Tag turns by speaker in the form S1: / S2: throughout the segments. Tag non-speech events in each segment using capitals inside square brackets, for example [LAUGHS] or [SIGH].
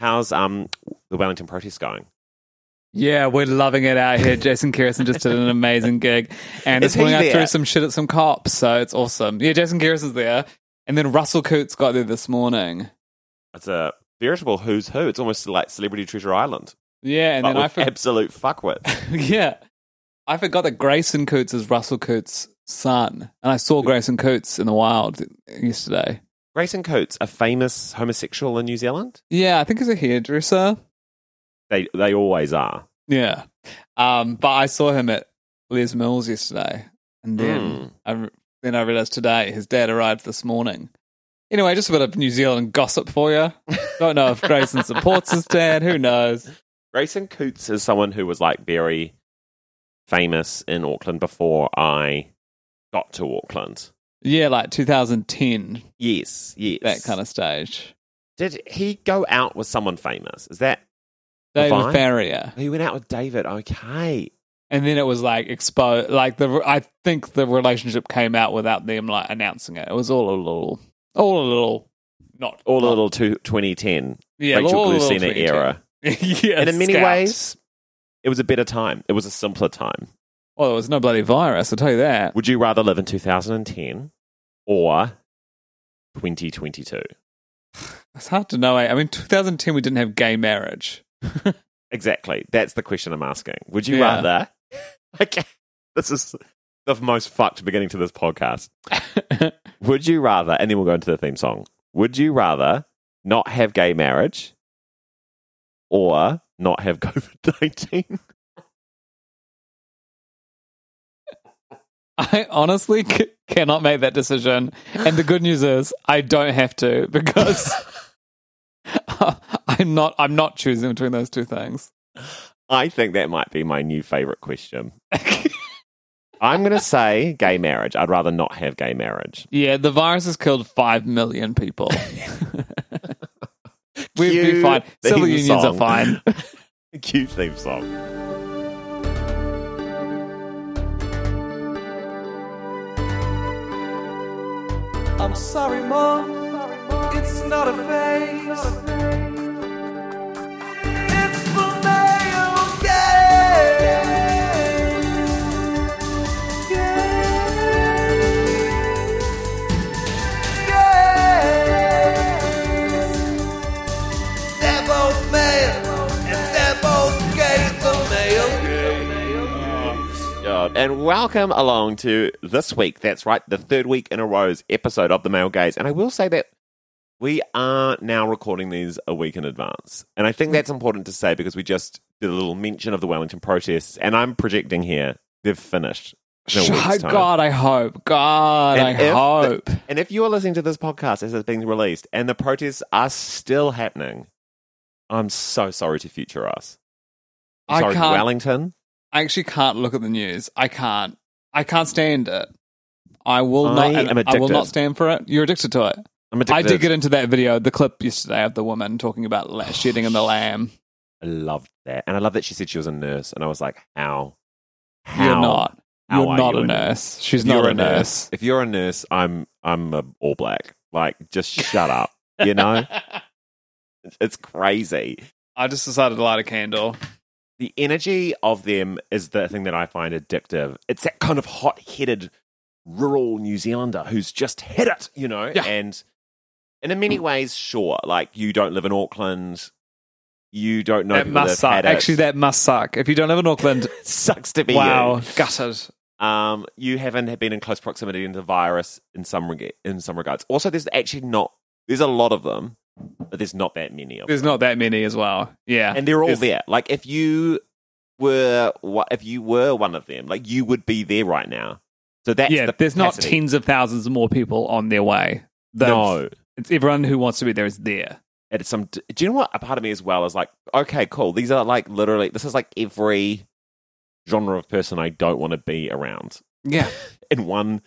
S1: How's um the Wellington protest going?
S2: Yeah, we're loving it out here. Jason Kerrison just did an amazing gig and
S1: Is
S2: this morning
S1: he
S2: I threw
S1: there?
S2: some shit at some cops, so it's awesome. Yeah, Jason Kerrison's there. And then Russell Coates got there this morning.
S1: It's a veritable who's who. It's almost like Celebrity Treasure Island,
S2: Yeah, and
S1: but
S2: then I
S1: with
S2: forgot
S1: absolute fuckwit.
S2: [LAUGHS] Yeah. I forgot that Grayson Coates is Russell Coates' son. And I saw Grayson Coates in the wild yesterday.
S1: Grayson Coates, a famous homosexual in New Zealand.
S2: Yeah, I think he's a hairdresser.
S1: They they always are.
S2: Yeah. Um, but I saw him at Les Mills yesterday, and
S1: Hmm.
S2: then I then I realized today his dad arrived this morning. Anyway, just a bit of New Zealand gossip for
S1: [LAUGHS]
S2: you. Don't know if Grayson supports his dad. Who knows?
S1: Grayson Coates is someone who was like very famous in Auckland before I got to Auckland.
S2: Yeah, like 2010,
S1: Yes, yes.
S2: that kind of stage.
S1: Did he go out with someone famous? Is that
S2: David
S1: Vine?
S2: Farrier,
S1: he went out with David? Okay.
S2: and then it was like exposed. Like the, I think the relationship came out without them like announcing it. It was all a little, all a little, not
S1: All a
S2: not-
S1: little to 2010
S2: yeah,
S1: Rachel
S2: all a little
S1: Glucina
S2: 2010.
S1: era.
S2: [LAUGHS] yeah,
S1: and in many
S2: scout.
S1: ways, it was a better time. It was a simpler time.
S2: Well, there was no bloody virus, I'll tell you that.
S1: Would you rather live in 2010 or 2022?
S2: It's hard to know. eh? I mean, 2010, we didn't have gay marriage. [LAUGHS]
S1: Exactly. That's the question I'm asking. Would you
S2: Yeah.
S1: rather?
S2: [LAUGHS]
S1: okay. This is the most fucked beginning to this
S2: [LAUGHS]
S1: podcast. Would you rather, and then we'll go into the theme song. Would you rather not have gay marriage or not have COVID 19?
S2: I honestly c- cannot make that decision. And the good news is, I don't have to [LAUGHS] because I'm not. I'm not choosing between those two things.
S1: I think that might be my new favorite question. I'm going to say gay marriage. I'd rather not have gay marriage.
S2: Yeah, the virus has killed five million people. [LAUGHS] We'd be
S1: Cue
S2: fine.
S1: theme
S2: Civil unions are
S1: song. [LAUGHS]
S2: fine.
S1: Cute theme song.
S3: I'm sorry, Mom. It's not a phase. It's the male gaze. Gaze. Gaze. They're both male and they're both gay. The male gaze.
S1: God. And welcome along to this week. That's right, the third week in a row's episode of The Male Gaze. And I will say that we are now recording these a week in advance. And I think that's important to say because we just did a little mention of the Wellington protests. And I'm projecting here, they've finished. [LAUGHS] in a
S2: Sh-
S1: week's time.
S2: God, I hope. God,
S1: And
S2: I
S1: if the-
S2: hope.
S1: and if you are listening to this podcast as it's being released and the protests are still happening, I'm so sorry to future us. I'm
S2: I
S1: sorry,
S2: can't-
S1: Wellington.
S2: I actually can't look at the news. I can't. I can't stand it. I will not.
S1: I am
S2: and I will
S1: addicted.
S2: not stand for it. You're addicted to it.
S1: I'm addicted.
S2: I did get into that video, the clip yesterday of the woman talking about la- shitting in the lamb.
S1: I loved that. And I love that she said she was a nurse. And I was like, how? How?
S2: You're not.
S1: How
S2: you're
S1: are
S2: not
S1: you
S2: a
S1: a
S2: nurse. She's
S1: If you're
S2: not a nurse.
S1: If you're a nurse, I'm I'm a all black. Like, just shut
S2: [LAUGHS]
S1: up. You know? it's crazy.
S2: I just decided to light a candle.
S1: the energy of them is the thing that I find addictive. It's that kind of hot headed rural New Zealander who's just hit it, you know?
S2: Yeah.
S1: And and in many ways, sure, like you don't live in Auckland, you don't know
S2: that
S1: people
S2: must
S1: that have
S2: suck.
S1: had it.
S2: Actually, that must suck. If you don't live in Auckland,
S1: sucks to [LAUGHS] be
S2: wow,
S1: wow.
S2: gutted.
S1: Um, you haven't been in close proximity to the virus in some reg- in some regards. Also, there's actually not there's a lot of them, but there's not that many of them.
S2: There's not that many as well. Yeah,
S1: [LAUGHS] and they're all
S2: It's-
S1: there. Like if you were wha- if you were one of them, like you would be there right now. So that's
S2: Yeah,
S1: the
S2: there's not
S1: capacity.
S2: tens of thousands more people on their way. They've-
S1: No,
S2: It's everyone who wants to be there is there.
S1: At some, do you know what? A part of me as well is like, okay, cool. These are like literally. This is like every genre of person I don't want to be around
S2: Yeah.
S1: in one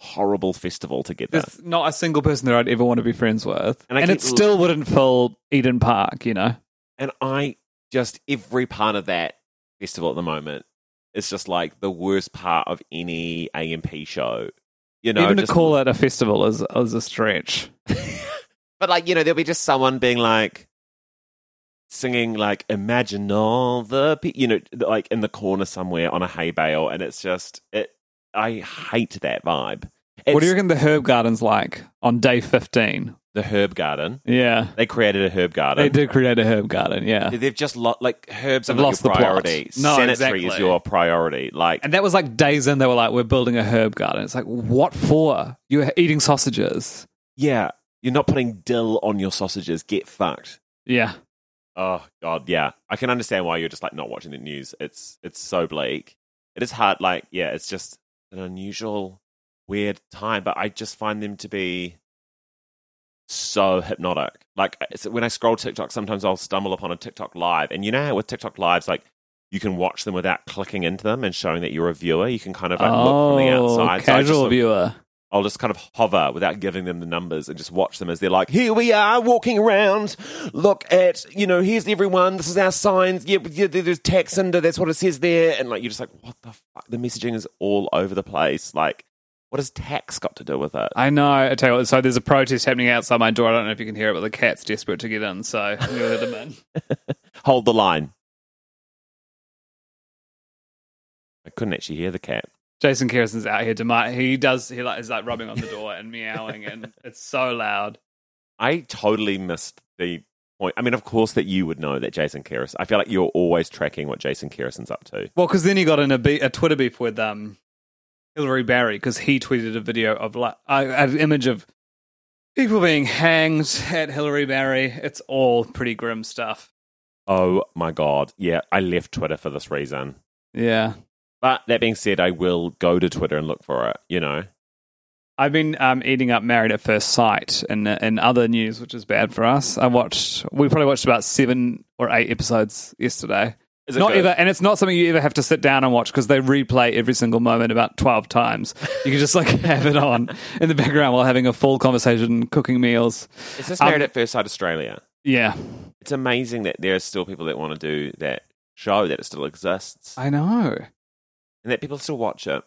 S1: horrible festival together.
S2: There's not a single person there I'd ever want to be friends with.
S1: And
S2: And,
S1: I keep-
S2: it still wouldn't fill Eden Park, you know?
S1: And I just every part of that festival at the moment is just like the worst part of any AMP show. You know,
S2: Even to
S1: just-
S2: call it a festival is, is a stretch.
S1: But like, you know, there'll be just someone being like singing like imagine all the pe-, you know like in the corner somewhere on a hay bale and it's just it I hate that vibe. It's
S2: what do you reckon the herb garden's like on day 15?
S1: the herb garden.
S2: Yeah.
S1: They created a herb garden.
S2: They did create a herb garden, yeah.
S1: They've just lo- like herbs
S2: They've
S1: are not
S2: lost
S1: your
S2: the plot.
S1: priority.
S2: No,
S1: Sanitary is
S2: exactly.
S1: your priority. Like
S2: And that was like days in, they were like, we're building a herb garden. It's like, what for? You're eating sausages.
S1: Yeah, you're not putting dill on your sausages. Get fucked.
S2: Yeah.
S1: Oh god, yeah. I can understand why you're just like not watching the news. It's it's so bleak. It is hard. Like yeah, it's just an unusual, weird time. But I just find them to be so hypnotic. Like it's, when I scroll TikTok, sometimes I'll stumble upon a TikTok live, and you know how with TikTok lives, like you can watch them without clicking into them and showing that you're a viewer. You can kind of like look from the outside. So I just
S2: Oh, casual
S1: look-
S2: viewer.
S1: I'll just kind of hover without giving them the numbers and just watch them as they're like, here we are walking around. Look at, you know, here's everyone. This is our signs. Yeah, yeah there- there's tax under. That's what it says there. And like, you're just like, what the fuck? The messaging is all over the place. Like, what has tax got to do with it?
S2: I know. I tell you what, so there's a protest happening outside my door. I don't know if you can hear it, but the cat's desperate to get in, so [LAUGHS] I'm going to let him in.
S1: Hold the line. I couldn't actually hear the cat.
S2: Jason Kerrison's out here. Demi- he does. He like is like rubbing on the door and meowing, and it's so loud.
S1: I totally missed the point. I mean, of course, that you would know that Jason Kerris. I feel like you're always tracking what Jason Kerrison's up to.
S2: Well, because then he got in a, be- a Twitter beef with um Hillary Barry because he tweeted a video of like uh, an image of people being hanged at Hillary Barry. It's all pretty grim stuff.
S1: Oh my god. Yeah, I left Twitter for this reason.
S2: Yeah.
S1: But that being said, I will go to Twitter and look for it, you know.
S2: I've been um, eating up Married at First Sight and uh, and other news, which is bad for us. I watched. We probably watched about seven or eight episodes yesterday.
S1: Is it
S2: not
S1: good?
S2: ever, and it's not something you ever have to sit down and watch because they replay every single moment about twelve times. You can just like [LAUGHS] have it on in the background while having a full conversation, cooking meals.
S1: Is this
S2: Um,
S1: Married at First Sight Australia?
S2: Yeah,
S1: It's amazing that there are still people that want to do that show, that it still exists,
S2: I know.
S1: and that people still watch it.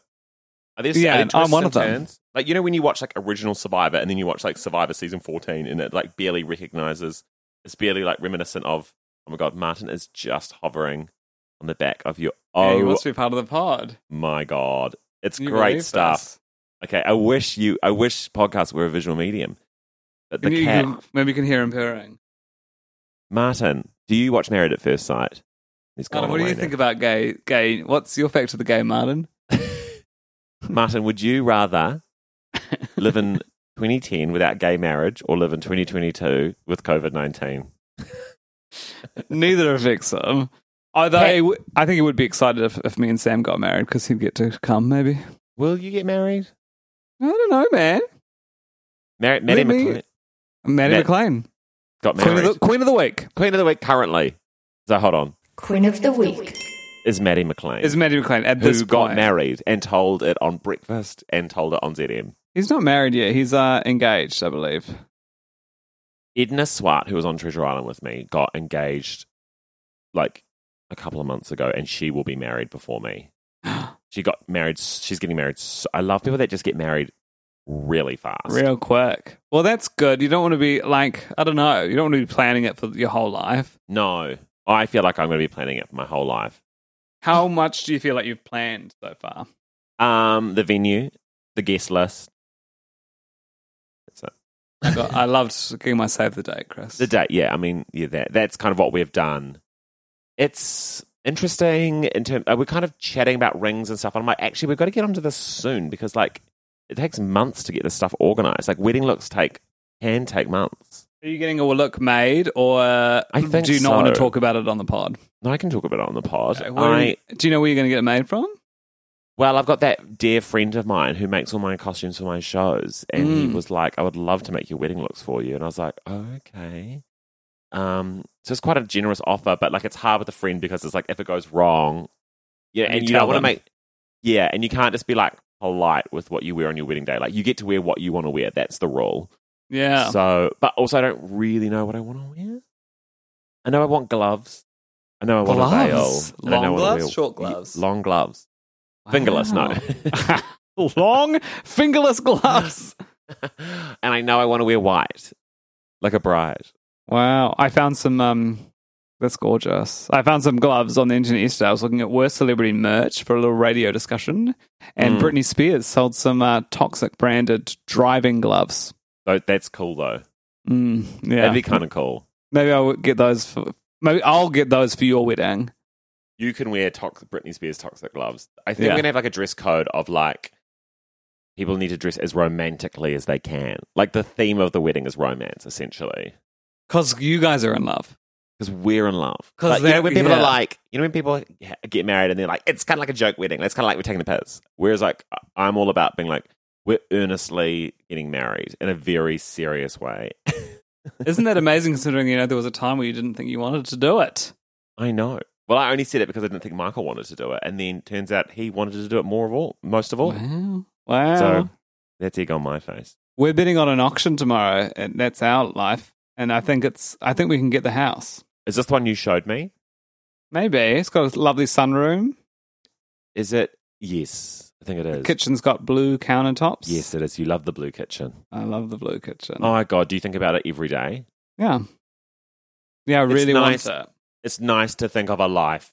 S1: Are there,
S2: Yeah,
S1: are there
S2: and I'm
S1: twists
S2: one
S1: and
S2: of them.
S1: turns? Like, you know, when you watch like original Survivor and then you watch like Survivor season 14 and it like barely recognizes, it's barely like reminiscent of, oh my God, Martin is just hovering on the back of your,
S2: Yeah,
S1: oh
S2: he wants to be part of the pod.
S1: my God. It's
S2: Can you
S1: great
S2: believe
S1: stuff.
S2: this?
S1: Okay, I wish you. I wish podcasts were a visual medium. But the
S2: Can you-
S1: cat,
S2: you- maybe you can hear him purring.
S1: Martin. Do you watch Married at First Sight? He's gone
S2: Martin, Oh, what do
S1: away
S2: you
S1: now.
S2: think about gay? Gay? What's your fact of the gay, Martin?
S1: Martin? Would you
S2: [LAUGHS]
S1: rather live in 2010 without gay marriage or live in 2022 with COVID 19?
S2: Neither affects him. Although he w- I think he would be excited if, if me and Sam got married because he'd get to come. Maybe
S1: Will you get married?
S2: I don't know, man.
S1: Mar- Maddie
S2: Maybe.
S1: McLean
S2: Maddie
S1: Matt-
S2: McLean,
S1: got
S2: queen
S1: married.
S2: of, the, queen of the week,
S1: Queen of the week currently. So hold on,
S4: Queen of the Week.
S1: is Maddie McLean
S2: is Maddie McLean at this
S1: who got
S2: point.
S1: married and told it on Breakfast and told it on ZM.
S2: He's not married yet. He's uh, engaged, I believe.
S1: Edna Swart, who was on Treasure Island with me, got engaged like a couple of months ago, and she will be married before me. she got married. She's getting married. s I I love people that just get married really fast.
S2: Real quick. Well, that's good. You don't want to be like I don't know. You don't want to be planning it for your whole life.
S1: No, I feel like I'm going to be planning it for my whole life.
S2: How much do you feel like you've planned so far?
S1: Um, the venue, the guest list. That's it.
S2: I, got, I loved getting my save the date, Chris.
S1: The date, yeah. I mean, yeah, that, that's kind of what we've done. It's interesting in terms. Uh, we're kind of chatting about rings and stuff. And I'm like, actually, we've got to get onto this soon because like it takes months to get this stuff organized. Like wedding looks take can take months.
S2: Are you getting a look made, or uh,
S1: I think
S2: do you not want to
S1: so.
S2: talk about it on the pod?
S1: No, I can talk about it on the pod.
S2: Okay, where are
S1: I
S2: you- do you know where you're going to get it made from?
S1: Well, I've got that dear friend of mine who makes all my costumes for my shows, and he
S2: Mm.
S1: was like, "I would love to make your wedding looks for you," and I was like, "Okay." Um, so it's quite a generous offer, but like it's hard with a friend because it's like if it goes wrong, yeah,
S2: You
S1: and you don't
S2: tell
S1: want to
S2: them.
S1: make, yeah, and you can't just be like polite with what you wear on your wedding day. Like you get to wear what you want to wear. That's the rule.
S2: Yeah.
S1: So, but also I don't really know what I want to wear. I know I want gloves. I know I want
S3: Gloves?
S1: a veil. and I
S3: Long
S1: know I wanna
S3: gloves? Short
S1: y-
S3: gloves?
S1: Long gloves. Fingerless,
S2: Wow.
S1: no.
S2: Long fingerless gloves.
S1: [LAUGHS] and I know I want to wear white, like a bride.
S2: Wow. I found some. um That's gorgeous. I found some gloves on the internet yesterday. I was looking at worst celebrity merch for a little radio discussion, and
S1: Mm.
S2: Britney Spears sold some uh, toxic branded driving gloves.
S1: Tho- That's cool though.
S2: Mm, yeah.
S1: That'd be kind of cool.
S2: Maybe I'll get those for. Maybe I'll get those for your wedding.
S1: You can wear tox- Britney Spears toxic gloves. I think
S2: Yeah.
S1: we're gonna have like a dress code of like people need to dress as romantically as they can. Like the theme of the wedding is romance, essentially.
S2: Because you guys are in love.
S1: Because we're in love.
S2: 'Cause
S1: Like, you
S2: that-
S1: know, when people
S2: yeah.
S1: are like, you know, when people ha- get married and they're like, it's kind of like a joke wedding. That's kind of like we're taking the piss. Whereas, like, I- I'm all about being like, we're earnestly getting married in a very serious way. [LAUGHS]
S2: Isn't that amazing considering, you know, there was a time where you didn't think you wanted to do it?
S1: I know. Well, I only said it because I didn't think Michael wanted to do it, and then turns out he wanted to do it more of all, most of all.
S2: Wow. Wow.
S1: So that's egg on my face.
S2: We're bidding on an auction tomorrow, and that's our life. And I think it's, I think we can get the house.
S1: Is this the one you showed me?
S2: Maybe. It's got a lovely sunroom.
S1: Is it? Yes, I think it is.
S2: Kitchen's got blue countertops.
S1: Yes, it is. You love the blue kitchen.
S2: I love the blue kitchen.
S1: Oh my god, do you think about it every day?
S2: Yeah. Yeah, I
S1: It's
S2: really
S1: nice.
S2: want it.
S1: It's nice to think of a life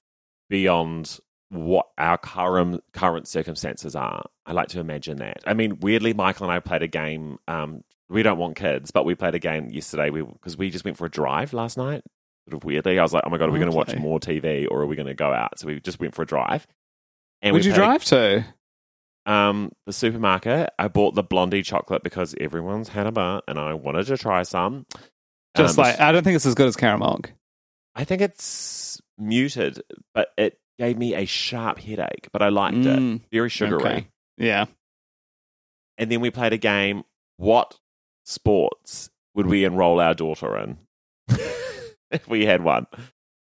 S1: beyond what our current current circumstances are. I like to imagine that. I mean, weirdly, Michael and I played a game. Um, we don't want kids, but we played a game yesterday because we, just went for a drive last night. Sort of weirdly, I was like, "Oh my god, are we going to watch
S2: Okay.
S1: more TV or are we going to go out?" So we just went for a drive. And
S2: Would
S1: we
S2: you
S1: played a-
S2: drive to?
S1: um, the supermarket. I bought the blondie chocolate because everyone's had a bar and I wanted to try some.
S2: Just
S1: Um,
S2: like, I don't think it's as good as Caramilk.
S1: I think it's muted, but it gave me a sharp headache, but I liked
S2: Mm,
S1: it. Very sugary.
S2: okay. Yeah.
S1: And then we played a game what sports would we enroll our daughter
S2: [LAUGHS]
S1: in? if we had one.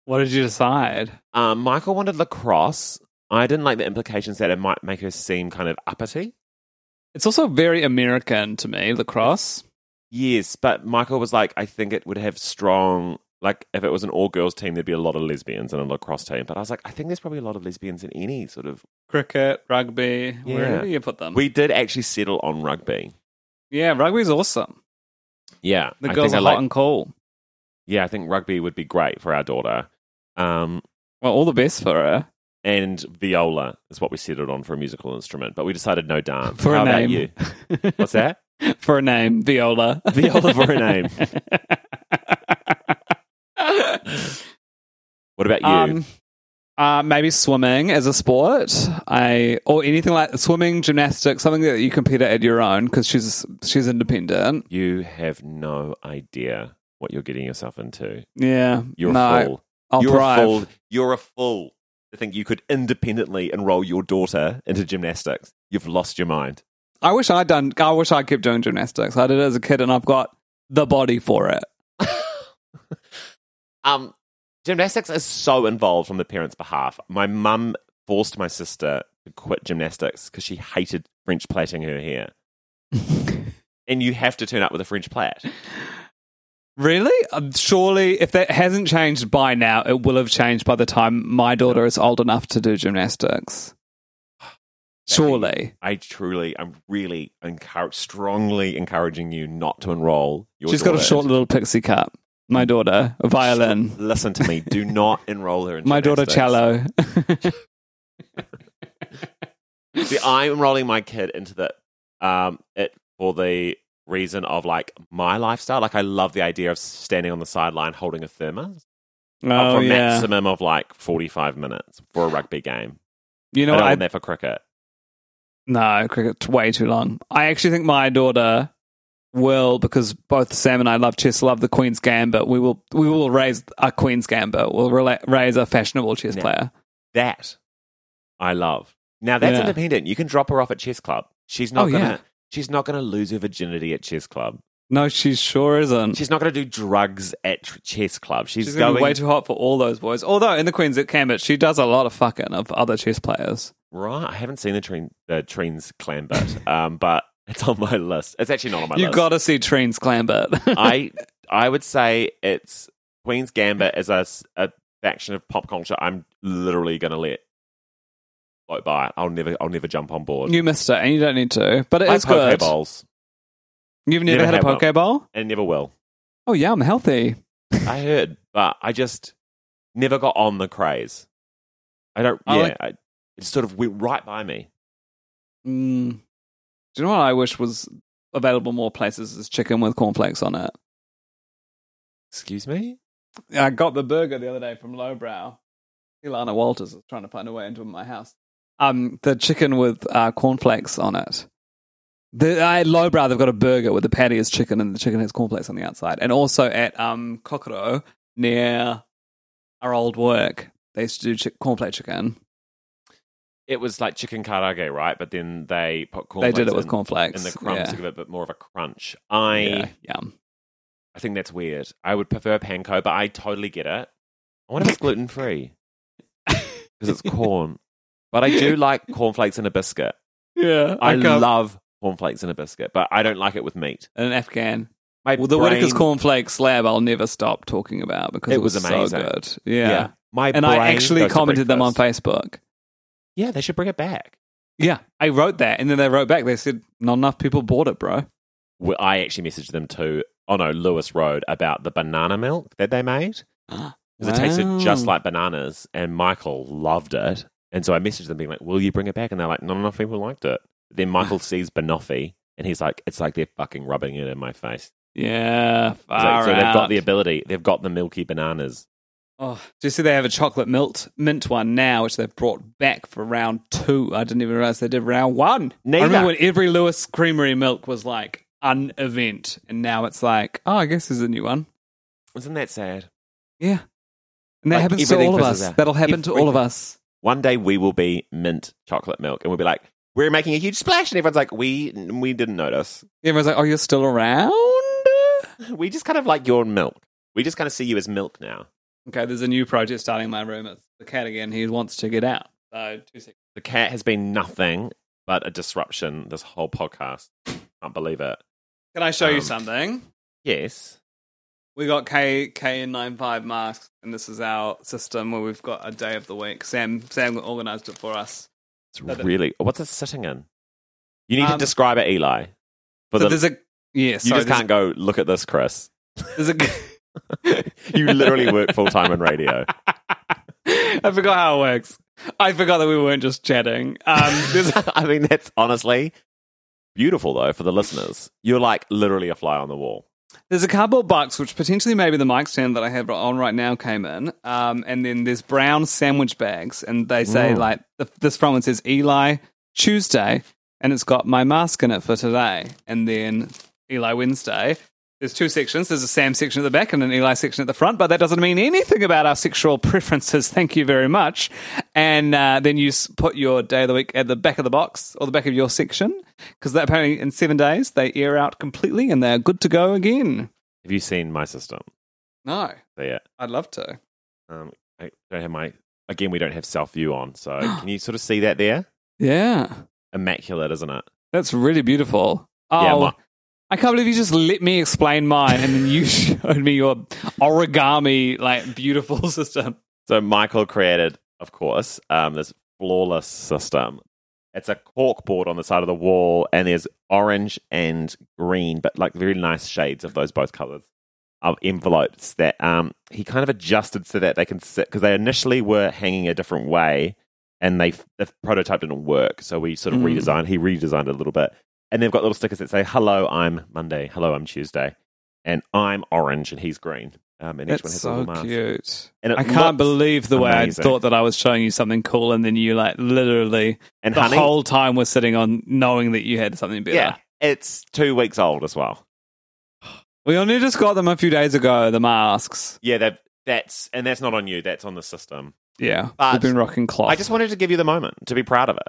S2: What did you decide?
S1: Um, Michael wanted lacrosse. I didn't like the implications that it might make her seem kind of uppity.
S2: It's also very American to me, lacrosse.
S1: Yes, but Michael was like, I think it would have strong. Like, if it was an all girls team, there'd be a lot of lesbians in a lacrosse team. But I was like, I think there's probably a lot of lesbians in any sort of.
S2: Cricket, rugby,
S1: Yeah.
S2: wherever you put them.
S1: We did actually settle on rugby.
S2: yeah, rugby's awesome.
S1: Yeah.
S2: The
S1: I
S2: girls
S1: think I
S2: are
S1: like-
S2: hot and cool.
S1: yeah, I think rugby would be great for our daughter. Um,
S2: Well, all the best for her. [LAUGHS]
S1: and viola is what we settled on for a musical instrument, but we decided no dance.
S2: For
S1: How
S2: a
S1: about
S2: name.
S1: you?
S2: [LAUGHS]
S1: What's that?
S2: For a name, Viola.
S1: Viola for a
S2: [LAUGHS]
S1: name. What about you?
S2: um, uh, maybe swimming as a sport. I or anything like swimming, gymnastics, something that you compete at your own because she's she's independent.
S1: you have no idea what you're getting yourself into.
S2: Yeah,
S1: You're
S2: no,
S1: a fool.
S2: I'll
S1: you're
S2: thrive.
S1: a fool. You're a fool. To think you could independently enroll your daughter into gymnastics. You've lost your mind.
S2: I wish I'd done. I wish I kept doing gymnastics. I did it as a kid, and I've got the body for it.
S1: Um, gymnastics is so involved on the parents' behalf. My mum forced my sister to quit gymnastics because she hated French plaiting her
S2: [LAUGHS]
S1: hair. and you have to turn up with a French plait.
S2: Really? Um, Surely, if that hasn't changed by now, it will have changed by the time my daughter is old enough to do gymnastics. Surely.
S1: I truly, I'm really encourage, strongly encouraging you not to enroll your
S2: She's got a
S1: daughter
S2: short
S1: into-
S2: little pixie cut. My daughter, a violin.
S1: Listen to me. Do not enroll her in
S2: My daughter,
S1: gymnastics.
S2: [LAUGHS] cello.
S1: See, I'm enrolling my kid into the um it for the reason of like my lifestyle. Like I love the idea of standing on the sideline holding a thermos uh,
S2: oh,
S1: for a
S2: yeah.
S1: maximum of like 45 minutes for a rugby game.
S2: You know
S1: I
S2: what?
S1: don't
S2: I,
S1: want that for cricket.
S2: no, cricket's way too long. I actually think my daughter will, because both Sam and I love chess, love the Queen's Gambit. We will, we will raise a Queen's Gambit. We'll rela- raise a fashionable chess
S1: No.
S2: player.
S1: That I love. Now that's
S2: Yeah.
S1: independent. You can drop her off at chess club. She's not
S2: Oh,
S1: gonna.
S2: yeah.
S1: She's not gonna lose her virginity at chess club.
S2: No, she sure isn't.
S1: She's not gonna do drugs at tr- chess club. She's,
S2: She's going
S1: going
S2: to be way too hot for all those boys. Although in the Queen's at Cambridge, she does a lot of fucking of other chess players.
S1: right. I haven't seen the Treen the Treen's Clambert, um, but it's on my list. It's actually not on my
S2: you
S1: list.
S2: got to see Treen's Clambert.
S1: I I would say it's Queen's Gambit is a, s- a faction of pop culture. I'm literally gonna let float by. I'll never I'll never jump on board.
S2: [LAUGHS] you missed it, and you don't need to. But it
S1: I
S2: is
S1: have poke
S2: good.
S1: bowls
S2: You've never,
S1: Never
S2: had a
S1: had one.
S2: pokeball?
S1: and never will.
S2: Oh yeah, I'm healthy.
S1: I heard, but I just never got on the craze. I don't.
S2: I
S1: yeah,
S2: like-
S1: I, it sort of went right by me.
S2: Mm. Do you know what I wish was available more places? Is chicken with cornflakes on it.
S1: Excuse me.
S2: I got the burger the other day from Lowbrow. Ilana Walters is trying to find a way into my house. Um, the chicken with uh, cornflakes on it. The uh, at Lowbrow they've got a burger where the patty is chicken and the chicken has cornflakes on the outside. And also at um Kokoro near our old work, they used to do chick- cornflake chicken.
S1: It was like chicken karage, right? But then they put
S2: they
S1: cornflakes.
S2: did it with
S1: in,
S2: cornflakes
S1: in the crumbs
S2: Yeah.
S1: to give it a bit more of a crunch. I
S2: yeah, yum.
S1: I think that's weird. I would prefer panko, but I totally get it. I wonder if it's gluten
S2: [LAUGHS]
S1: free because it's corn. But I
S2: [LAUGHS]
S1: do like cornflakes in a biscuit.
S2: Yeah,
S1: I
S2: can't-
S1: love cornflakes in a biscuit, but I don't like it with meat.
S2: and an Afghan.
S1: My
S2: Well, the
S1: brain,
S2: Whitaker's cornflake slab I'll never stop talking about because
S1: It
S2: it,
S1: was
S2: was,
S1: amazing.
S2: so good. Yeah.
S1: My
S2: And I
S1: brain
S2: actually
S1: goes to
S2: commented them on
S1: breakfast.
S2: Facebook.
S1: Yeah, they should bring it back.
S2: Yeah. I wrote that and then they wrote back. They said, not enough people bought it, bro.
S1: Well, I actually messaged them too. Oh no, Lewis Road about the banana milk that they made because it tasted just
S2: Wow.
S1: like bananas, and Michael loved it. And so I messaged them being like, "Will you bring it back?" And they're like, "Not enough people liked it." Then Michael sees banoffee, and he's like, "It's like they're fucking rubbing it in my face."
S2: Yeah.
S1: So-
S2: Far
S1: so they've got
S2: out.
S1: the ability. They've got the milky bananas.
S2: Oh, do you see they have a chocolate mint, mint one now, which they've brought back for round two? I didn't even realize they did round one. I
S1: Neither.
S2: remember when every Lewis Creamery milk was like an event, and now it's like, oh, I guess there's a new one.
S1: Isn't that sad?
S2: Yeah. And that
S1: Like,
S2: happens to
S1: everything
S2: all of
S1: fizzles
S2: us.
S1: out.
S2: That'll happen to all of
S1: Everything.
S2: us.
S1: One day we will be mint chocolate milk, and we'll be like, "We're making a huge splash," and everyone's like, "We we didn't notice." [LAUGHS]
S2: Everyone's like, oh, you're still around?
S1: We just kind of like your milk. We just kind of see you as milk now.
S2: Okay, there's a new project starting in my room. It's the cat again. He wants to get out. So, two seconds.
S1: The cat has been nothing but a disruption this whole podcast. Can't believe it.
S2: Can I show
S1: Um,
S2: you something?
S1: Yes.
S2: We got K KN95 masks, and this is our system where we've got a day of the week. Sam Sam organized it for us.
S1: It's
S2: So the-
S1: really. What's it sitting in? You need to
S2: Um,
S1: describe it, Eli. For
S2: So
S1: the,
S2: there's a yeah.
S1: you
S2: sorry,
S1: just can't go, look at this,
S2: [LAUGHS]
S1: Chris.
S2: there's, There's a.
S1: You literally work full time in radio.
S2: [LAUGHS] I forgot how it works. I forgot that we weren't just chatting. [LAUGHS] Um, there's a,
S1: [LAUGHS] I mean, that's honestly beautiful, though, for the listeners. You're like literally a fly on the wall.
S2: There's a cardboard box, which potentially maybe the mic stand that I have on right now came in. Um, and then there's brown sandwich bags, and they say
S1: Mm.
S2: like the, this from it says Eli Tuesday, and it's got my mask in it for today, and then Eli Wednesday. There's two sections. There's a Sam section at the back and an Eli section at the front, but that doesn't mean anything about our sexual preferences. Thank you very much. And uh, then you s- put your day of the week at the back of the box or the back of your section because apparently in seven days they air out completely and they're good to go again.
S1: Have you seen my system?
S2: No,
S1: So, yeah.
S2: I'd love to.
S1: Um, I don't have my. Again, we don't have self view on.
S2: [GASPS]
S1: So can you sort of see that there?
S2: Yeah,
S1: Immaculate, isn't it?
S2: that's really beautiful. Oh,
S1: Yeah, my-
S2: I can't believe you just let me explain mine and then you [LAUGHS] showed me your origami like beautiful [LAUGHS] system.
S1: So Michael created, of course, um, this flawless system. It's a cork board on the side of the wall, and there's orange and green, but like very nice shades of those both colors of envelopes that um, he kind of adjusted so that they can sit because they initially were hanging a different way, and they the prototype didn't work, so we sort of
S2: Mm.
S1: redesigned. He redesigned it a little bit, and they've got little stickers that say "Hello, I'm Monday," "Hello, I'm Tuesday," and "I'm orange," and he's green. Um, and each one
S2: That's
S1: has a
S2: so
S1: little mask.
S2: cute.
S1: And it
S2: I can't
S1: looks
S2: believe the way
S1: amazing.
S2: I thought that I was showing you something cool and then you like literally
S1: And
S2: the
S1: honey,
S2: whole time was sitting on knowing that you had something better.
S1: Yeah. It's two weeks old as well.
S2: We only just got them a few days ago, the masks.
S1: Yeah, that that's and that's not on you, that's on the system.
S2: Yeah.
S1: But
S2: We've been rocking cloth.
S1: I just wanted to give you the moment to be proud of it.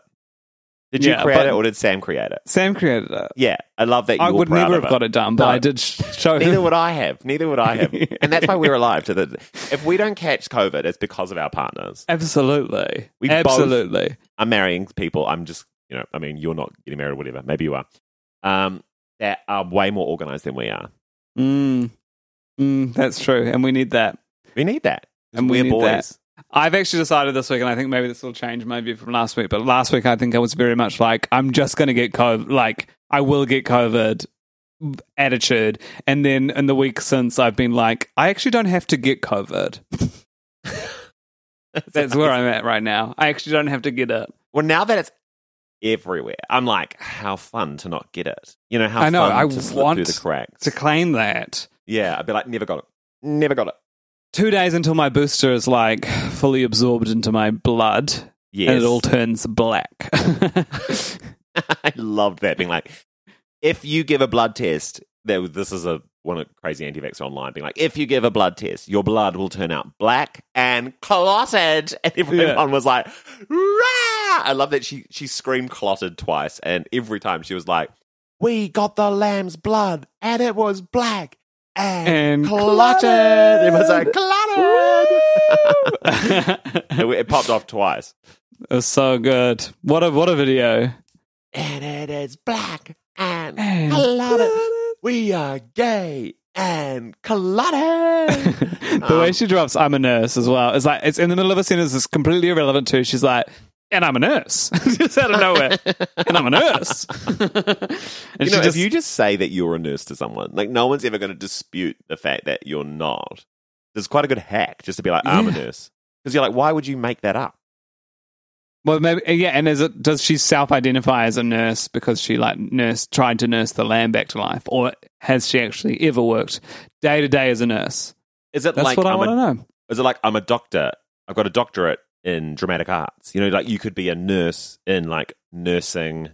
S1: Did you
S2: Yeah,
S1: create
S2: but-
S1: it or did Sam create it?
S2: Sam created it.
S1: Yeah, I love that. You
S2: I
S1: were
S2: would
S1: proud
S2: never
S1: of
S2: have got it done, but
S1: No.
S2: I did sh- show
S1: Neither
S2: him.
S1: would I have. Neither would I have. and that's why we're alive. To the if we don't catch COVID, it's because of our partners.
S2: [LAUGHS] Absolutely.
S1: We both-
S2: Absolutely.
S1: I'm marrying people. I'm just, you know, I mean, you're not getting married or whatever. Maybe you are. Um, that are way more organized than we are.
S2: Mm. Mm, that's true. And we need that.
S1: We need that. 'Cause
S2: And we
S1: we're
S2: need
S1: boys.
S2: that. I've actually decided this week, and I think maybe this will change my view from last week. But last week, I think I was very much like, I'm just going to get COVID. Like, I will get COVID attitude. And then in the week since, I've been like, I actually don't have to
S1: [LAUGHS]
S2: get COVID. That's where I'm at right now. I actually don't have to get it.
S1: Well, now that it's everywhere, I'm like, how fun to not get it. You know how
S2: I know.
S1: Fun
S2: I
S1: to slip
S2: want
S1: through the cracks.
S2: To claim that.
S1: Yeah, I'd be like, never got it. Never got it.
S2: Two days until my booster is like fully absorbed into my blood
S1: Yes,
S2: and it all turns black. [LAUGHS]
S1: [LAUGHS] I loved that being like, if you give a blood test, there, this is a one of crazy anti-vaxxer online being like, if you give a blood test, your blood will turn out black and clotted, [LAUGHS] and everyone
S2: Yeah.
S1: was like, rah! I love that she she screamed clotted twice, and every time she was like, we got the lamb's blood and it was black and,
S2: And
S1: clotted. It was like clotted.
S2: it
S1: [LAUGHS] it, it popped off twice.
S2: was so good. What a what a video.
S1: and it is black and,
S2: And
S1: colored. We are gay and
S2: [LAUGHS]
S1: colored.
S2: the
S1: Um,
S2: way she drops I'm a nurse as well. It's like it's in the middle of a sentence that's completely irrelevant to. She's like, and I'm a nurse. [LAUGHS] just out of nowhere. and I'm
S1: [LAUGHS]
S2: a nurse. and
S1: you
S2: she
S1: know, if
S2: just,
S1: you just say that you're a nurse to someone, like no one's ever going to dispute the fact that you're not. There's quite a good hack just to be like, I'm a nurse. Because you're like, why would you make that up?
S2: Well, maybe yeah. And is it does she self-identify as a nurse because she like nurse tried to nurse the lamb back to life, or has she actually ever worked day to day as a nurse?
S1: Is it
S2: That's
S1: like
S2: what I
S1: I'm
S2: want
S1: a,
S2: to know.
S1: Is it like I'm a doctor? I've got a doctorate in dramatic arts. You know, like you could be a nurse in like nursing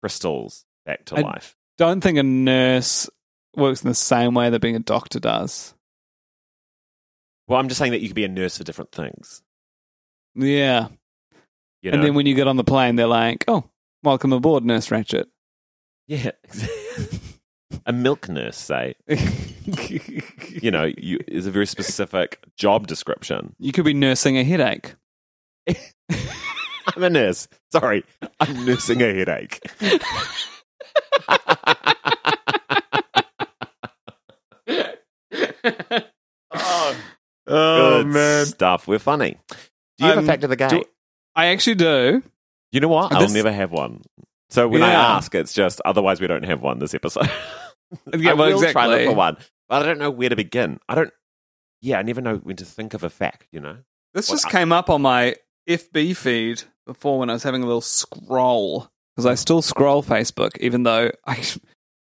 S1: crystals back to
S2: I-
S1: life.
S2: Don't think a nurse works in the same way that being a doctor does.
S1: Well, I'm just saying that you could be a nurse for different things.
S2: Yeah.
S1: You know?
S2: and then when you get on the plane, they're like, "Oh, welcome aboard, Nurse Ratchet."
S1: [LAUGHS] Yeah. a milk nurse, say, you know, you, is a very specific job description.
S2: you could be nursing a headache.
S1: I'm a nurse. Sorry, I'm nursing a [LAUGHS] headache.
S2: Oh
S1: Oh, Good stuff. We're funny. Do you have
S2: Um,
S1: a fact of the game?
S2: do- I actually do.
S1: you know what?
S2: Uh,
S1: I'll
S2: this-
S1: never have one. So when I
S2: Yeah.
S1: ask, it's just otherwise we don't have one this episode.
S2: Yeah,
S1: I will
S2: well,
S1: try and
S2: exactly.
S1: look for one, but I don't know where to begin. I don't. Yeah, I never know when to think of a fact. You know. [LAUGHS]
S2: This
S1: What
S2: just
S1: up?
S2: came up on my FB feed before when I was having a little scroll because I still scroll Facebook, even though [LAUGHS] I.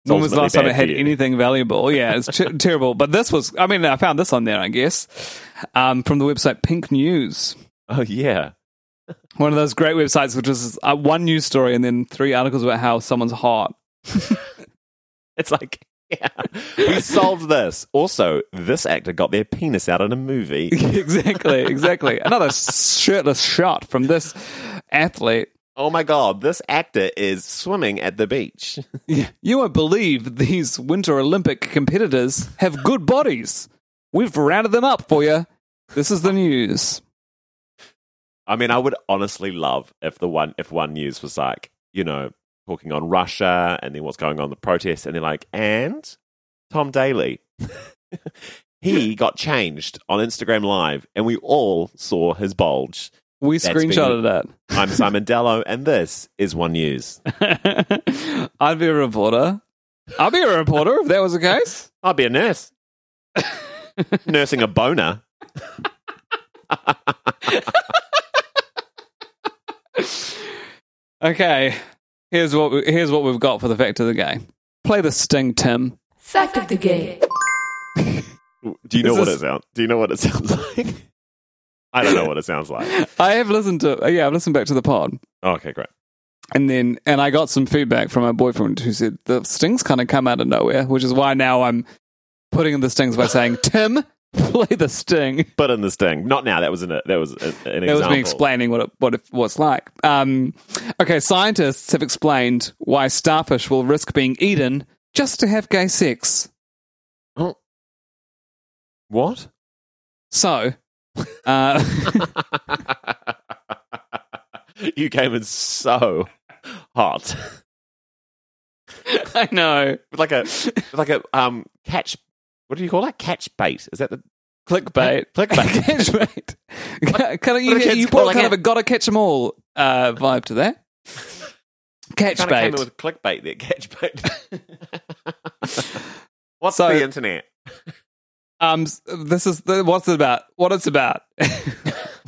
S2: When was
S1: ultimately
S2: the last time
S1: bad
S2: it had
S1: for you.
S2: anything valuable? Yeah, it's
S1: [LAUGHS]
S2: ter- terrible. But this was, I mean, I found this on there, I guess, um, from the website Pink News.
S1: Oh yeah.
S2: One of those great websites, which is uh, one news story and then three articles about how someone's hot.
S1: It's like, [LAUGHS] yeah, we solved this. Also, this actor got their penis out in a
S2: [LAUGHS]
S1: movie.
S2: [LAUGHS] exactly, exactly. Another shirtless shot from this athlete.
S1: Oh my god, this actor is swimming at the beach.
S2: Yeah, You won't believe these Winter Olympic competitors have good bodies. We've rounded them up for you. This is the news.
S1: I mean, I would honestly love if the one if one news was like, you know, talking on Russia and then what's going on in the protests, and they're like, and Tom Daly. [LAUGHS] he got changed on Instagram Live, and we all saw his bulge.
S2: We
S1: That's
S2: screenshotted
S1: I'm Simon Dello, and this is One
S2: [LAUGHS]
S1: News.
S2: it. [LAUGHS] I'd be a reporter. I'd be a reporter if that was the case.
S1: I'll be a nurse. Nursing a boner.
S2: Okay, here's what we, here's what we've got for the fact of the game. Play the sting, Tim.
S4: Fact of the game.
S1: Do you know
S2: This
S1: what
S2: is-
S1: it sounds? Do you know what it [LAUGHS] sounds like? I don't know what it sounds
S2: [LAUGHS]
S1: like.
S2: I have listened to uh, yeah, I've listened back to the pod.
S1: Okay, great.
S2: And then, and I got some feedback from my boyfriend who said the stings kind of come out of nowhere, which is why now I'm putting in the stings by saying, Tim, play the sting.
S1: But in the sting, not now. That was an that was a, an
S2: That
S1: example.
S2: was me explaining what it, what it, what's like. Um, okay, scientists have explained why starfish will risk being eaten just to have gay sex.
S1: Oh. What?
S2: So, [LAUGHS] uh, [LAUGHS]
S1: You came in so hot,
S2: I know
S1: like a like a um catch. What do you call that? Catch bait? Is that the
S2: clickbait.
S1: [LAUGHS]
S2: [LAUGHS]
S1: Clickbait.
S2: Clickbait. Kind of-
S1: what do
S2: you,
S1: kids
S2: you
S1: call
S2: put kind
S1: it?
S2: of a gotta catch 'em all uh, vibe to that. Catch
S1: kind of came
S2: bait.
S1: in with clickbait there? Catch bait. What's
S2: So-
S1: the internet?
S2: Um, s- this is the, what's it about? What it's about? [LAUGHS]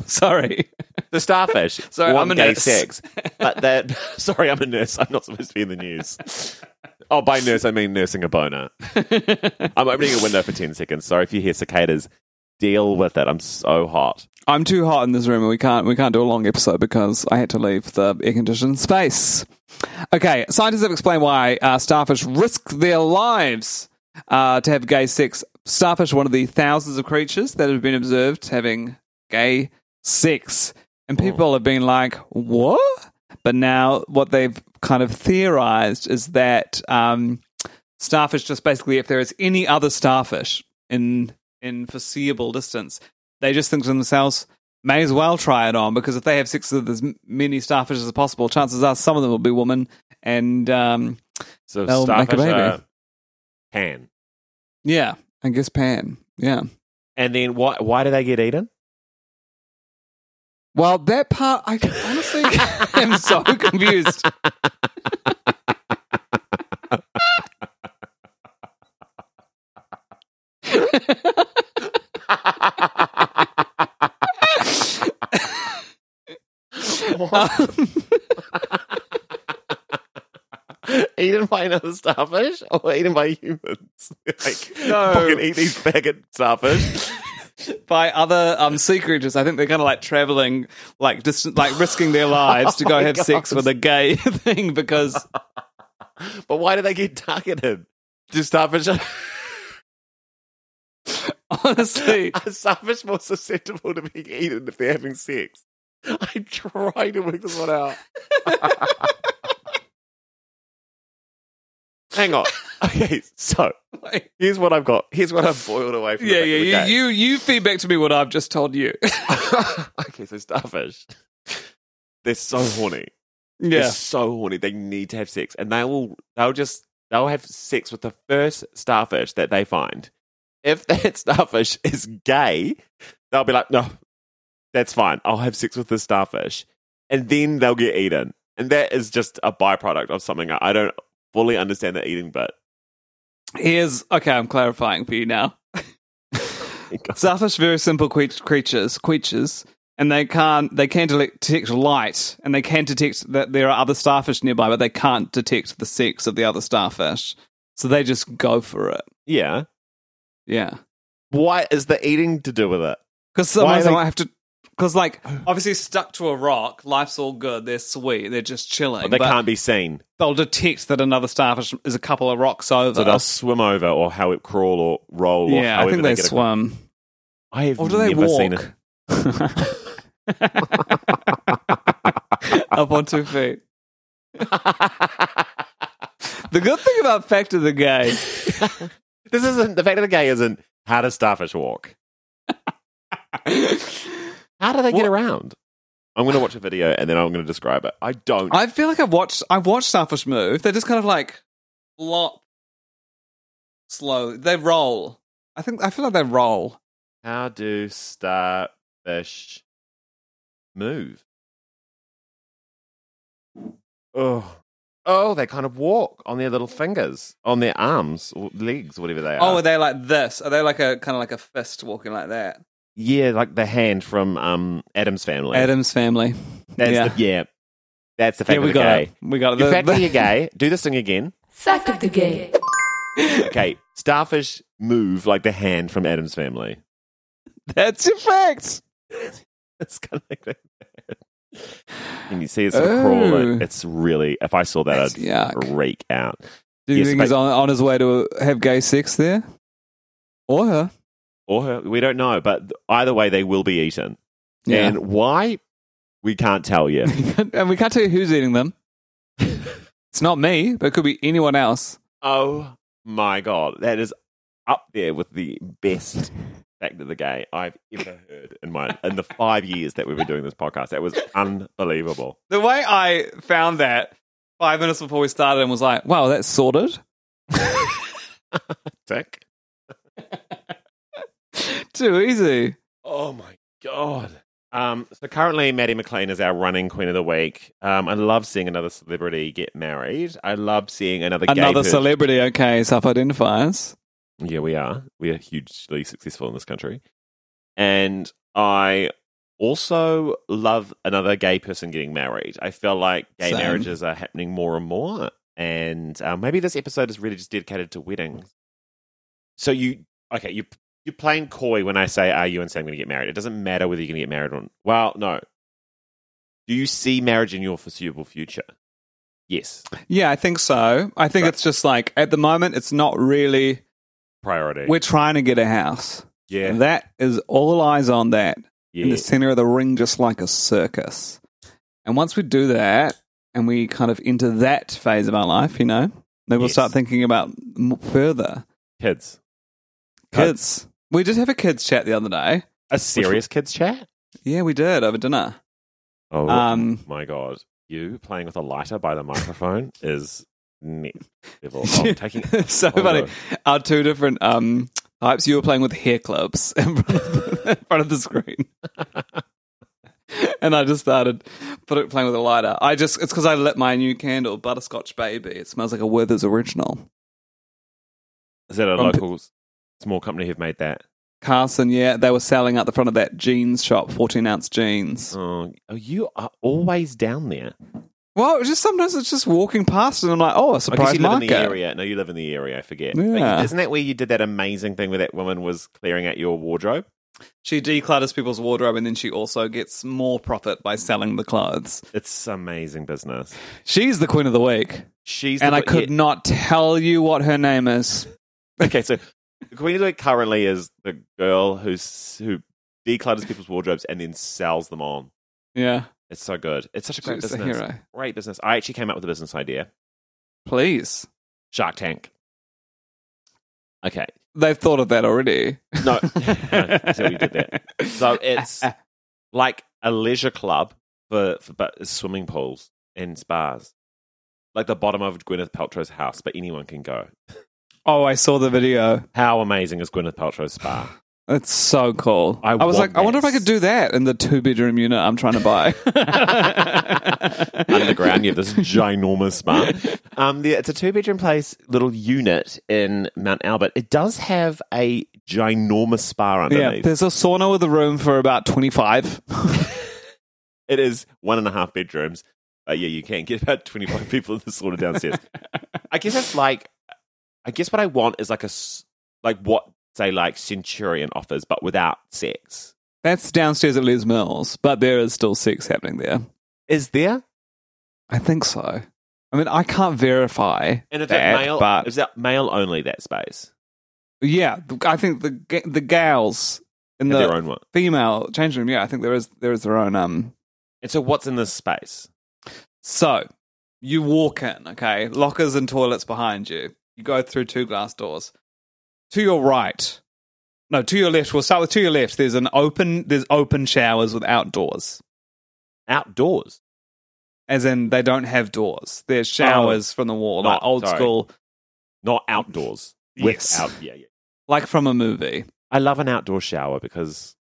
S2: Sorry.
S1: The starfish.
S2: Sorry,
S1: want
S2: I'm a
S1: gay
S2: nurse.
S1: sex. But that. [LAUGHS] Sorry, I'm a nurse. I'm not supposed to be in the news. Oh, by nurse I mean nursing a boner. I'm opening a window for ten seconds. Sorry if you hear cicadas. Deal with it. I'm so hot.
S2: I'm too hot in this room, and we can't we can't do a long episode because I had to leave the air conditioned space. Okay, scientists have explained why uh, starfish risk their lives uh, to have gay sex. Starfish, are one of the thousands of creatures that have been observed having gay sex, and people have been like, "What?" But now, what they've kind of theorized is that um, starfish just basically, if there is any other starfish in in foreseeable distance, they just think to themselves, may as well try it on because if they have sex with as m- many starfish as possible, chances are some of them will be women, and um,
S1: So
S2: They'll make a
S1: starfish
S2: baby.
S1: are pan.
S2: yeah, I guess pan, yeah.
S1: And then why why do they get eaten? [LAUGHS]
S2: Well, that part, I honestly [LAUGHS] am so confused.
S1: eaten by another starfish [LAUGHS] or eaten by humans? [LAUGHS] like,
S2: No.
S1: fucking eat these faggot starfish. [LAUGHS]
S2: By other um, sea creatures, I think they're kind of like traveling, like distant, like risking their lives to go have sex with a gay [LAUGHS] thing because
S1: but why do they get targeted? Do starfish [LAUGHS] are,
S2: honestly,
S1: are starfish more susceptible to being eaten if they're having sex? [LAUGHS] I'm trying to work this one
S2: [LAUGHS]
S1: out. Hang on. Okay, so
S2: like,
S1: here's what I've got. Here's what I've boiled away from. the
S2: yeah,
S1: back of the
S2: yeah,
S1: game.
S2: you, you you feed back to me what I've just
S1: [LAUGHS]
S2: told you.
S1: okay, so starfish. They're so horny. They're
S2: yeah,
S1: so horny. They need to have sex. And they will they'll just they'll have sex with the first starfish that they find. If [LAUGHS] that starfish is gay, they'll be like, No, that's fine. I'll have sex with the starfish. And then they'll get eaten. And that is just a byproduct of something. I- I don't fully understand the eating bit.
S2: Here's okay. I'm clarifying for
S1: [LAUGHS]
S2: you now. Starfish are very simple cre- creatures, creatures, and they can't they can dele- detect light, and they can detect that there are other starfish nearby, but they can't detect the sex of the other starfish. So they just go for it.
S1: Yeah.
S2: Yeah,
S1: Why is the eating to do with it?
S2: because sometimes
S1: are
S2: I
S1: they-
S2: might have to.
S1: [SIGHS]
S2: Because like obviously stuck to a rock, life's all good. They're sweet. They're just chilling.
S1: they
S2: but
S1: can't be seen.
S2: They'll detect that another starfish is a couple of rocks over.
S1: So they'll swim over or how it crawl or roll or
S2: yeah, I
S1: however
S2: think they,
S1: get across. [LAUGHS]
S2: swim.
S1: I have
S2: Or do they
S1: never seen
S2: walk?
S1: it.
S2: Up on two feet. the good thing about Fact of
S1: [LAUGHS]
S2: the Gay,
S1: This isn't the fact of the gay isn't how does starfish walk? How do they get around? I'm going to watch a video and then I'm going to describe it. I don't.
S2: I feel like I've watched I've watched Starfish move. They're just kind of like flop slow. They roll. I think I feel like they roll.
S1: how do starfish move? Oh, oh, they kind of walk on their little fingers, on their arms or legs, whatever they are.
S2: Oh, are they like this? Are they like a kind of like a fist walking like that?
S1: yeah, like the hand from um Adam's family.
S2: Adam's family.
S1: That's
S2: yeah.
S1: The, yeah. That's the fact
S2: yeah,
S1: of
S2: we
S1: the
S2: got
S1: gay.
S2: it. We got it.
S1: The
S2: The-
S1: fact
S2: the-
S1: that you're gay, do this thing again.
S4: Fact of the gay.
S1: Okay, starfish move like the hand from Adam's
S2: [LAUGHS]
S1: family.
S2: [LAUGHS] That's your fact.
S1: It's kind of like that. And you see it's sort of crawling.
S2: Oh.
S1: It's really, if I saw that,
S2: That's
S1: I'd
S2: yuck.
S1: freak out.
S2: Do you
S1: Yes,
S2: think
S1: but-
S2: he's on, on his way to have gay sex there? Or her?
S1: or her. We don't know, but either way, they will be eaten.
S2: Yeah.
S1: And why? We can't tell you.
S2: [LAUGHS] and we can't tell you who's eating them. it's not me, but it could be anyone else.
S1: oh my god, that is up there with the best fact of the day I've ever heard in my in the five years that we've been doing this podcast. That was unbelievable.
S2: The way I found that five minutes before we started and was like, wow, that's sorted.
S1: Dick.
S2: Too easy.
S1: Oh my god. Um, so currently, Maddie McLean is our running queen of the week. Um, I love seeing another celebrity get married. I love seeing another gay
S2: Another
S1: person-
S2: celebrity, okay, self identifies.
S1: Yeah, we are. We are hugely successful in this country. And I also love another gay person getting married. I feel like gay
S2: Same.
S1: marriages are happening more and more. And uh, maybe this episode is really just dedicated to weddings. So you, okay, you, you're playing coy when I say, are you and Sam going to get married? It doesn't matter whether you're going to get married or not. Well, no. Do you see marriage in your foreseeable future? Yes.
S2: Yeah, I think so. I think
S1: Right.
S2: it's just like at the moment, it's not really.
S1: Priority.
S2: We're trying to get a house.
S1: yeah.
S2: And that is all eyes on that in
S1: Yeah.
S2: the center of the ring, just like a circus. And once we do that and we kind of enter that phase of our life, you know, then we'll
S1: Yes.
S2: start thinking about m- further
S1: kids.
S2: kids. We did have a kids chat the other day.
S1: A serious kids chat?
S2: Yeah, we did over dinner. [LAUGHS]
S1: Oh
S2: Um,
S1: my god! You playing with a lighter by the
S2: [LAUGHS]
S1: microphone is next level. Oh, taking
S2: so
S1: oh,
S2: funny.
S1: no.
S2: Our two different um, types. You were playing with hair clips [LAUGHS] in front of the, in front of the screen. [LAUGHS] and I just started put it, playing with a lighter. I just it's because I lit my new candle, Butterscotch Baby. It smells like a Werther's original.
S1: Is that a
S2: From-
S1: local s- small company who've made that?
S2: Carson, yeah, they were selling out the front of that jeans shop, fourteen ounce jeans.
S1: Oh, oh, you are always down there.
S2: Well, it was just sometimes it's just walking past, and I'm like, oh, a
S1: I guess
S2: surprise
S1: you live in
S2: market.
S1: the area. No, you live in the area. I forget. But you-
S2: Yeah.
S1: Isn't that where you did that amazing thing where that woman was clearing out your wardrobe?
S2: She declutters people's wardrobe, and then she also gets more profit by selling the clothes.
S1: It's amazing business.
S2: She's the queen of the week.
S1: She's
S2: and
S1: the,
S2: I could
S1: yeah.
S2: not tell you what her name is.
S1: Okay, so the Queen of the Week currently is the girl who's who declutters people's wardrobes and then sells them on.
S2: Yeah,
S1: It's so good. It's such a great
S2: she's a
S1: business.
S2: hero.
S1: Great business. I actually came up with a business idea.
S2: Please,
S1: Shark Tank. Okay.
S2: they've thought of that already.
S1: No. [LAUGHS] so we did that. So
S2: [LAUGHS]
S1: it's like a leisure club for, for but it's swimming pools and spas. Like the bottom of Gwyneth Paltrow's house, but anyone can go.
S2: Oh, I saw the video.
S1: How amazing is Gwyneth Paltrow's spa?
S2: [LAUGHS] It's so cool.
S1: I
S2: I, was
S1: want
S2: like, I wonder if I
S1: this.
S2: could do that in the two bedroom unit I'm trying
S1: [LAUGHS]
S2: to buy.
S1: Underground, you have this ginormous
S2: [LAUGHS]
S1: spa. Um, the, it's a two bedroom place, little unit in Mount Albert. It does have a ginormous spa underneath.
S2: yeah, there's a sauna with a room for about 25.
S1: It is one and a half bedrooms. Uh, yeah, you can get about 25 people in the sauna [LAUGHS] downstairs. I guess it's like, I guess what I want is like a, s- like what, say, like Centurion offers, but without sex.
S2: That's downstairs at Les Mills, but there is still sex happening there.
S1: Is there?
S2: I think so. I mean, I can't verify
S1: And is
S2: that,
S1: that male,
S2: but
S1: is that male only that space?
S2: Yeah, th- I think the ga- the gals in
S1: Have their
S2: the
S1: own one.
S2: female change room. Yeah, I think there is there is their own. Um,
S1: And so what's in this space?
S2: so you walk in, okay, lockers and toilets behind you. You go through two glass doors. To your right, no, to your left. We'll start with to your left. There's an open there's open showers with outdoors,
S1: Outdoors.
S2: as in they don't have doors. There's showers from the wall, like
S1: Oh, Not-
S2: old
S1: sorry.
S2: school,
S1: Not [LAUGHS] outdoors.
S2: Yes.
S1: Without, yeah, yeah.
S2: like from a movie.
S1: I love an outdoor shower because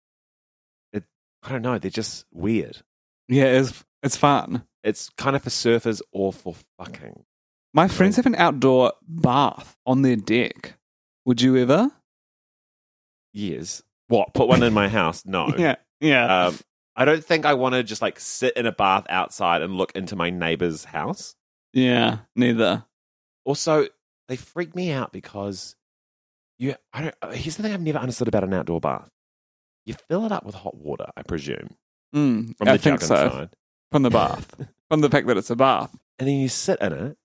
S1: it, I don't know, they're just weird.
S2: Yeah, it's it's fun.
S1: It's kind of for surfers or for fucking.
S2: My friends have an outdoor bath on their deck. Would you ever?
S1: years. What? Put one in my house? No.
S2: [LAUGHS] yeah.
S1: Um, I don't think I want to just like sit in a bath outside and look into my neighbor's house.
S2: yeah, neither.
S1: Also, they freak me out because you. I don't. uh, Here's the thing I've never understood about an outdoor bath. You fill it up with hot water, I presume,
S2: Mm,
S1: from the
S2: I think
S1: jug
S2: so.
S1: inside,
S2: From the bath.
S1: [LAUGHS]
S2: from the fact that it's a bath.
S1: and then you sit in it,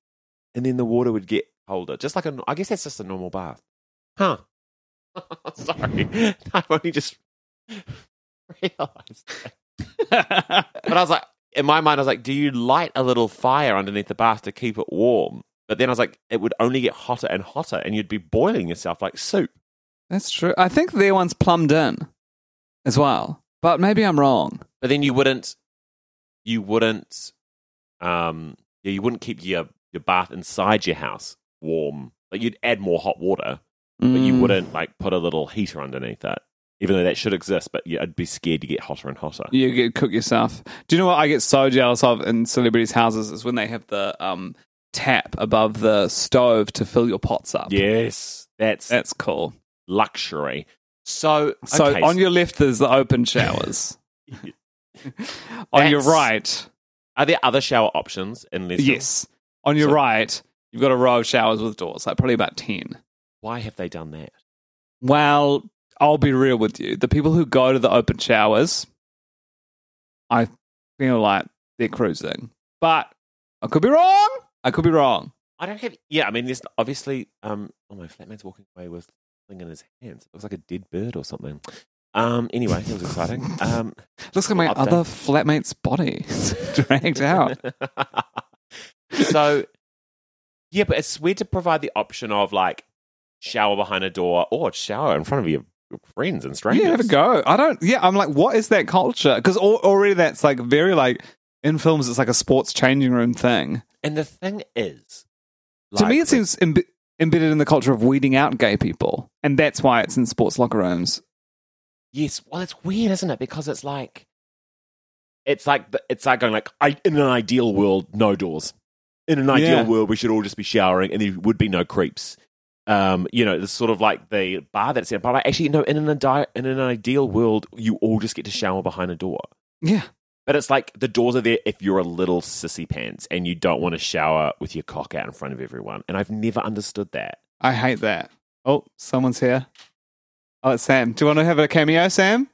S1: and then the water would get colder, just like a. I guess that's just a normal bath, huh? [LAUGHS] Sorry, [LAUGHS] I've only just realized. that. But I was like, in my mind, I was like, do you light a little fire underneath the bath to keep it warm? But then I was like, it would only get hotter and hotter, and you'd be boiling yourself like soup.
S2: That's true. I think their one's plumbed in as well, but maybe I'm wrong.
S1: But then you wouldn't, you wouldn't, um, yeah, you wouldn't keep your your bath inside your house warm. Like you'd add more hot water, but you
S2: Mm.
S1: wouldn't like put a little heater underneath it. Even though that should exist, but yeah, I'd be scared to get hotter and hotter.
S2: You get cook yourself. Do you know what I get so jealous of in celebrities' houses is when they have the um, tap above the stove to fill your pots up.
S1: Yes, that's
S2: that's cool.
S1: luxury. So,
S2: So
S1: okay,
S2: on your left there's the
S1: [LAUGHS]
S2: open showers. on your
S1: That's-
S2: right,
S1: are there other shower options in Leicester?
S2: yes. On your
S1: So-
S2: right, you've got a row of showers with doors, like probably about ten.
S1: Why have they done that?
S2: Well, I'll be real with you. The people who go to the open showers, I feel like they're cruising. But I could be wrong. I could be wrong.
S1: I don't have. Yeah, I mean, there's obviously. Um, oh, my flatmate's walking away with something in his hands. It looks like a dead bird or something. Um, anyway, that was exciting.
S2: [LAUGHS]
S1: Um,
S2: Looks like my
S1: Update.
S2: other flatmate's body
S1: [LAUGHS]
S2: [LAUGHS] dragged out.
S1: so, yeah, but it's weird to provide the option of like shower behind a door or shower in front of your friends and strangers.
S2: Yeah, have a go. I don't. Yeah, I'm like, what is that culture? Because already that's like very like in films, it's like a sports changing room thing.
S1: And the thing is,
S2: to me,
S1: like,
S2: it seems embe- embedded in the culture of weeding out gay people, and that's why it's in sports locker rooms.
S1: Yes, well, it's weird, isn't it? Because it's like, it's like the- it's like going like, I, in an ideal world, no doors. In an ideal
S2: Yeah.
S1: world, we should all just be showering, and there would be no creeps. Um, you know, it's sort of like the bar that's in. But like, actually, no. In an adi- in an ideal world, you all just get to shower behind a door.
S2: Yeah,
S1: But it's like the doors are there if you're a little sissy pants and you don't want to shower with your cock out in front of everyone. And I've never understood that.
S2: I hate that. Oh, someone's here. Oh, it's Sam. Do you want to have a cameo, Sam?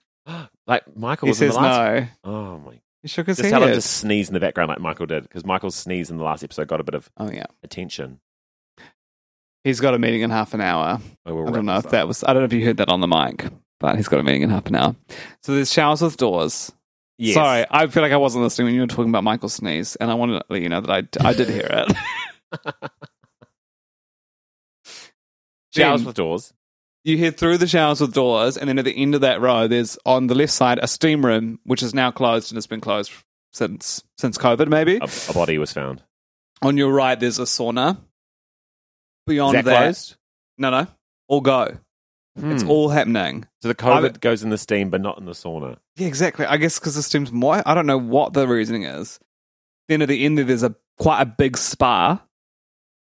S1: Like Michael
S2: He
S1: was in
S2: says
S1: the last.
S2: no.
S1: Oh my
S2: He shook his
S1: Just tell him
S2: head.
S1: to sneeze in the background like Michael did, because Michael's sneeze in the last episode got a bit of
S2: Oh yeah,
S1: attention.
S2: he's got a meeting in half an hour.
S1: Oh, we'll
S2: I
S1: wrap
S2: don't know
S1: this
S2: if
S1: up.
S2: that was. I don't know if you heard that on the mic, but he's got a meeting in half an hour. So there's showers with doors.
S1: Yes.
S2: Sorry, I feel like I wasn't listening when you were talking about Michael Sneeze, and I wanted to let you know that I, I did hear
S1: [LAUGHS]
S2: it.
S1: Showers
S2: Then
S1: with doors.
S2: you head through the showers with doors, and then at the end of that row, there's on the left side a steam room, which is now closed and has been closed since since COVID, maybe.
S1: A, a body was
S2: [LAUGHS]
S1: found.
S2: On your right, there's a sauna. Beyond
S1: Is that
S2: that,
S1: closed?
S2: no, no, all go. It's
S1: Hmm.
S2: all happening.
S1: so the COVID
S2: I'm-
S1: goes in the steam, but not in the sauna.
S2: Yeah, exactly. I guess because the steam's more. I don't know what the reasoning is. Then at the end, there, there's a quite a big spa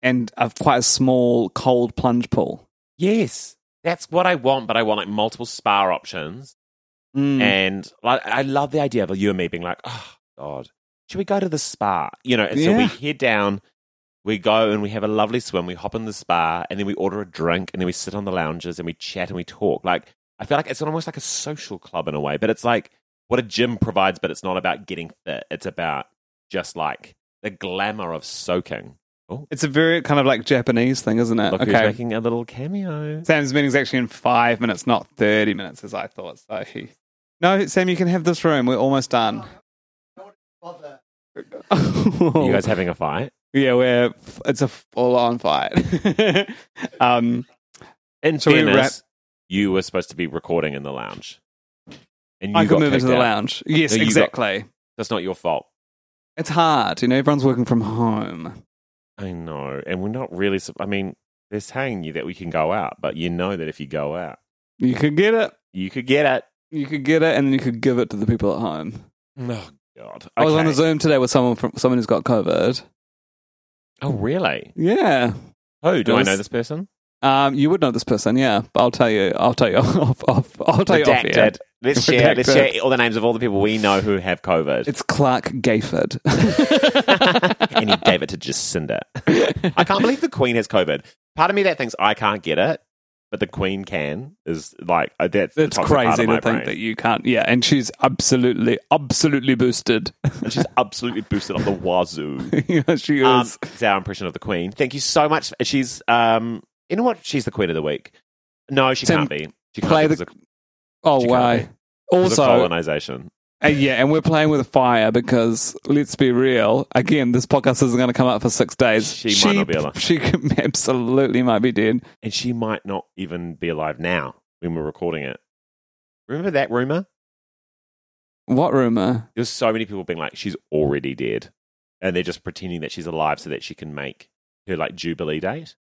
S2: and a quite a small cold plunge pool.
S1: Yes, that's what I want. But I want like multiple spa options,
S2: Mm.
S1: and like I love the idea of you and me being like, oh god, should we go to the spa? You know, and so we
S2: Yeah.
S1: head down. We go and we have a lovely swim. We hop in the spa and then we order a drink and then we sit on the lounges and we chat and we talk. Like I feel like it's almost like a social club in a way, but it's like what a gym provides, but it's not about getting fit. It's about just like the glamour of soaking. Oh,
S2: it's a very kind of like Japanese thing, isn't it?
S1: look who's
S2: Uh, okay.
S1: making a little cameo.
S2: Sam's meeting's actually in five minutes, not 30 minutes, as I thought. So he. No, Sam, you can have this room. We're almost done. [LAUGHS]
S1: Are you guys having a fight?
S2: yeah, we're. It's a full on fight. [LAUGHS] um,
S1: In
S2: Shall we
S1: fairness,
S2: wrap-
S1: you were supposed to be recording in the lounge. And
S2: I
S1: you
S2: could
S1: got
S2: move into
S1: kicked
S2: the
S1: out.
S2: lounge. Yes,
S1: No, you got-
S2: exactly.
S1: That's not your fault.
S2: It's hard, you know. Everyone's working from home.
S1: I know. And we're not really. sup- I mean, they're saying you that we can go out, but you know that if you go out,
S2: You could get it.
S1: you could get it.
S2: You could get it, and then you could give it to the people at home.
S1: Oh, God.
S2: I was on a
S1: Okay.
S2: Zoom today with someone from someone who's got COVID.
S1: Oh, really?
S2: Yeah,
S1: Oh, do
S2: It
S1: I
S2: was-
S1: know this person?
S2: um, you would know this person, yeah. But I'll tell you. I'll tell you [LAUGHS] off. off I'll tell you off. air.
S1: Redacted. Let's
S2: [LAUGHS]
S1: share, let's
S2: Redacted.
S1: share all the names of all the people we know who have COVID.
S2: It's Clark Gayford. [LAUGHS]
S1: and he gave it to Jacinda. I can't believe the Queen has COVID. Part of me that thinks I can't get it, but the Queen can is like uh, that's the
S2: it's
S1: toxic part of
S2: crazy
S1: my
S2: to think
S1: brain.
S2: that you can't. Yeah, and she's absolutely, absolutely boosted. [LAUGHS]
S1: And she's absolutely boosted up the wazoo.
S2: Yeah, [LAUGHS] she is.
S1: Um, it's our impression of the Queen. Thank you so much. She's um, you know what? She's the Queen of the Week. No, she
S2: Tim,
S1: can't be. She can't
S2: play
S1: be
S2: the-
S1: 'cause of-
S2: Oh
S1: She can't
S2: wow!
S1: be. 'cause of
S2: Also,
S1: colonization.
S2: uh, yeah, and we're playing with fire because let's be real. Again, this podcast isn't going to come out for six days.
S1: She might not be alive.
S2: [LAUGHS] She could- absolutely might be dead.
S1: And she might not even be alive now when we're recording it. Remember that rumor?
S2: What rumor?
S1: There's so many people being like, she's already dead. And they're just pretending that she's alive so that she can make her like Jubilee date.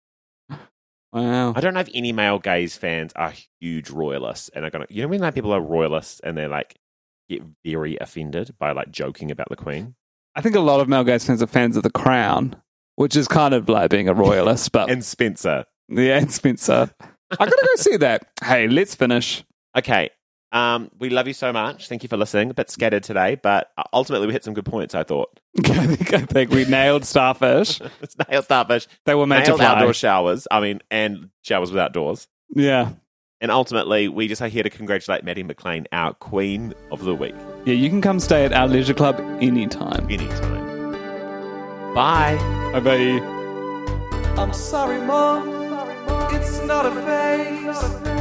S2: Wow.
S1: I don't know if any male gaze fans are huge royalists and are gonna you know when like people are royalists and they're like get very offended by like joking about the Queen?
S2: I think a lot of male gaze fans are fans of The Crown, which is kind of like being a royalist, but
S1: And Spencer.
S2: [LAUGHS] yeah, and Spencer. I gotta go see that. Hey, let's finish. [LAUGHS]
S1: Okay. Um, we love you so much. Thank you for listening. A bit scattered today, but ultimately we hit some good points, I thought. [LAUGHS]
S2: I think, I think we nailed starfish.
S1: It's nailed starfish,
S2: They were
S1: nailed
S2: made to fly.
S1: outdoor showers. I mean, and showers without doors.
S2: yeah,
S1: And ultimately, we just are here to congratulate Maddie McLean, our queen of the week.
S2: yeah. You can come stay at our leisure club anytime.
S1: Anytime. Bye.
S2: Bye bye.
S3: I'm sorry, Mom. It's not a phase.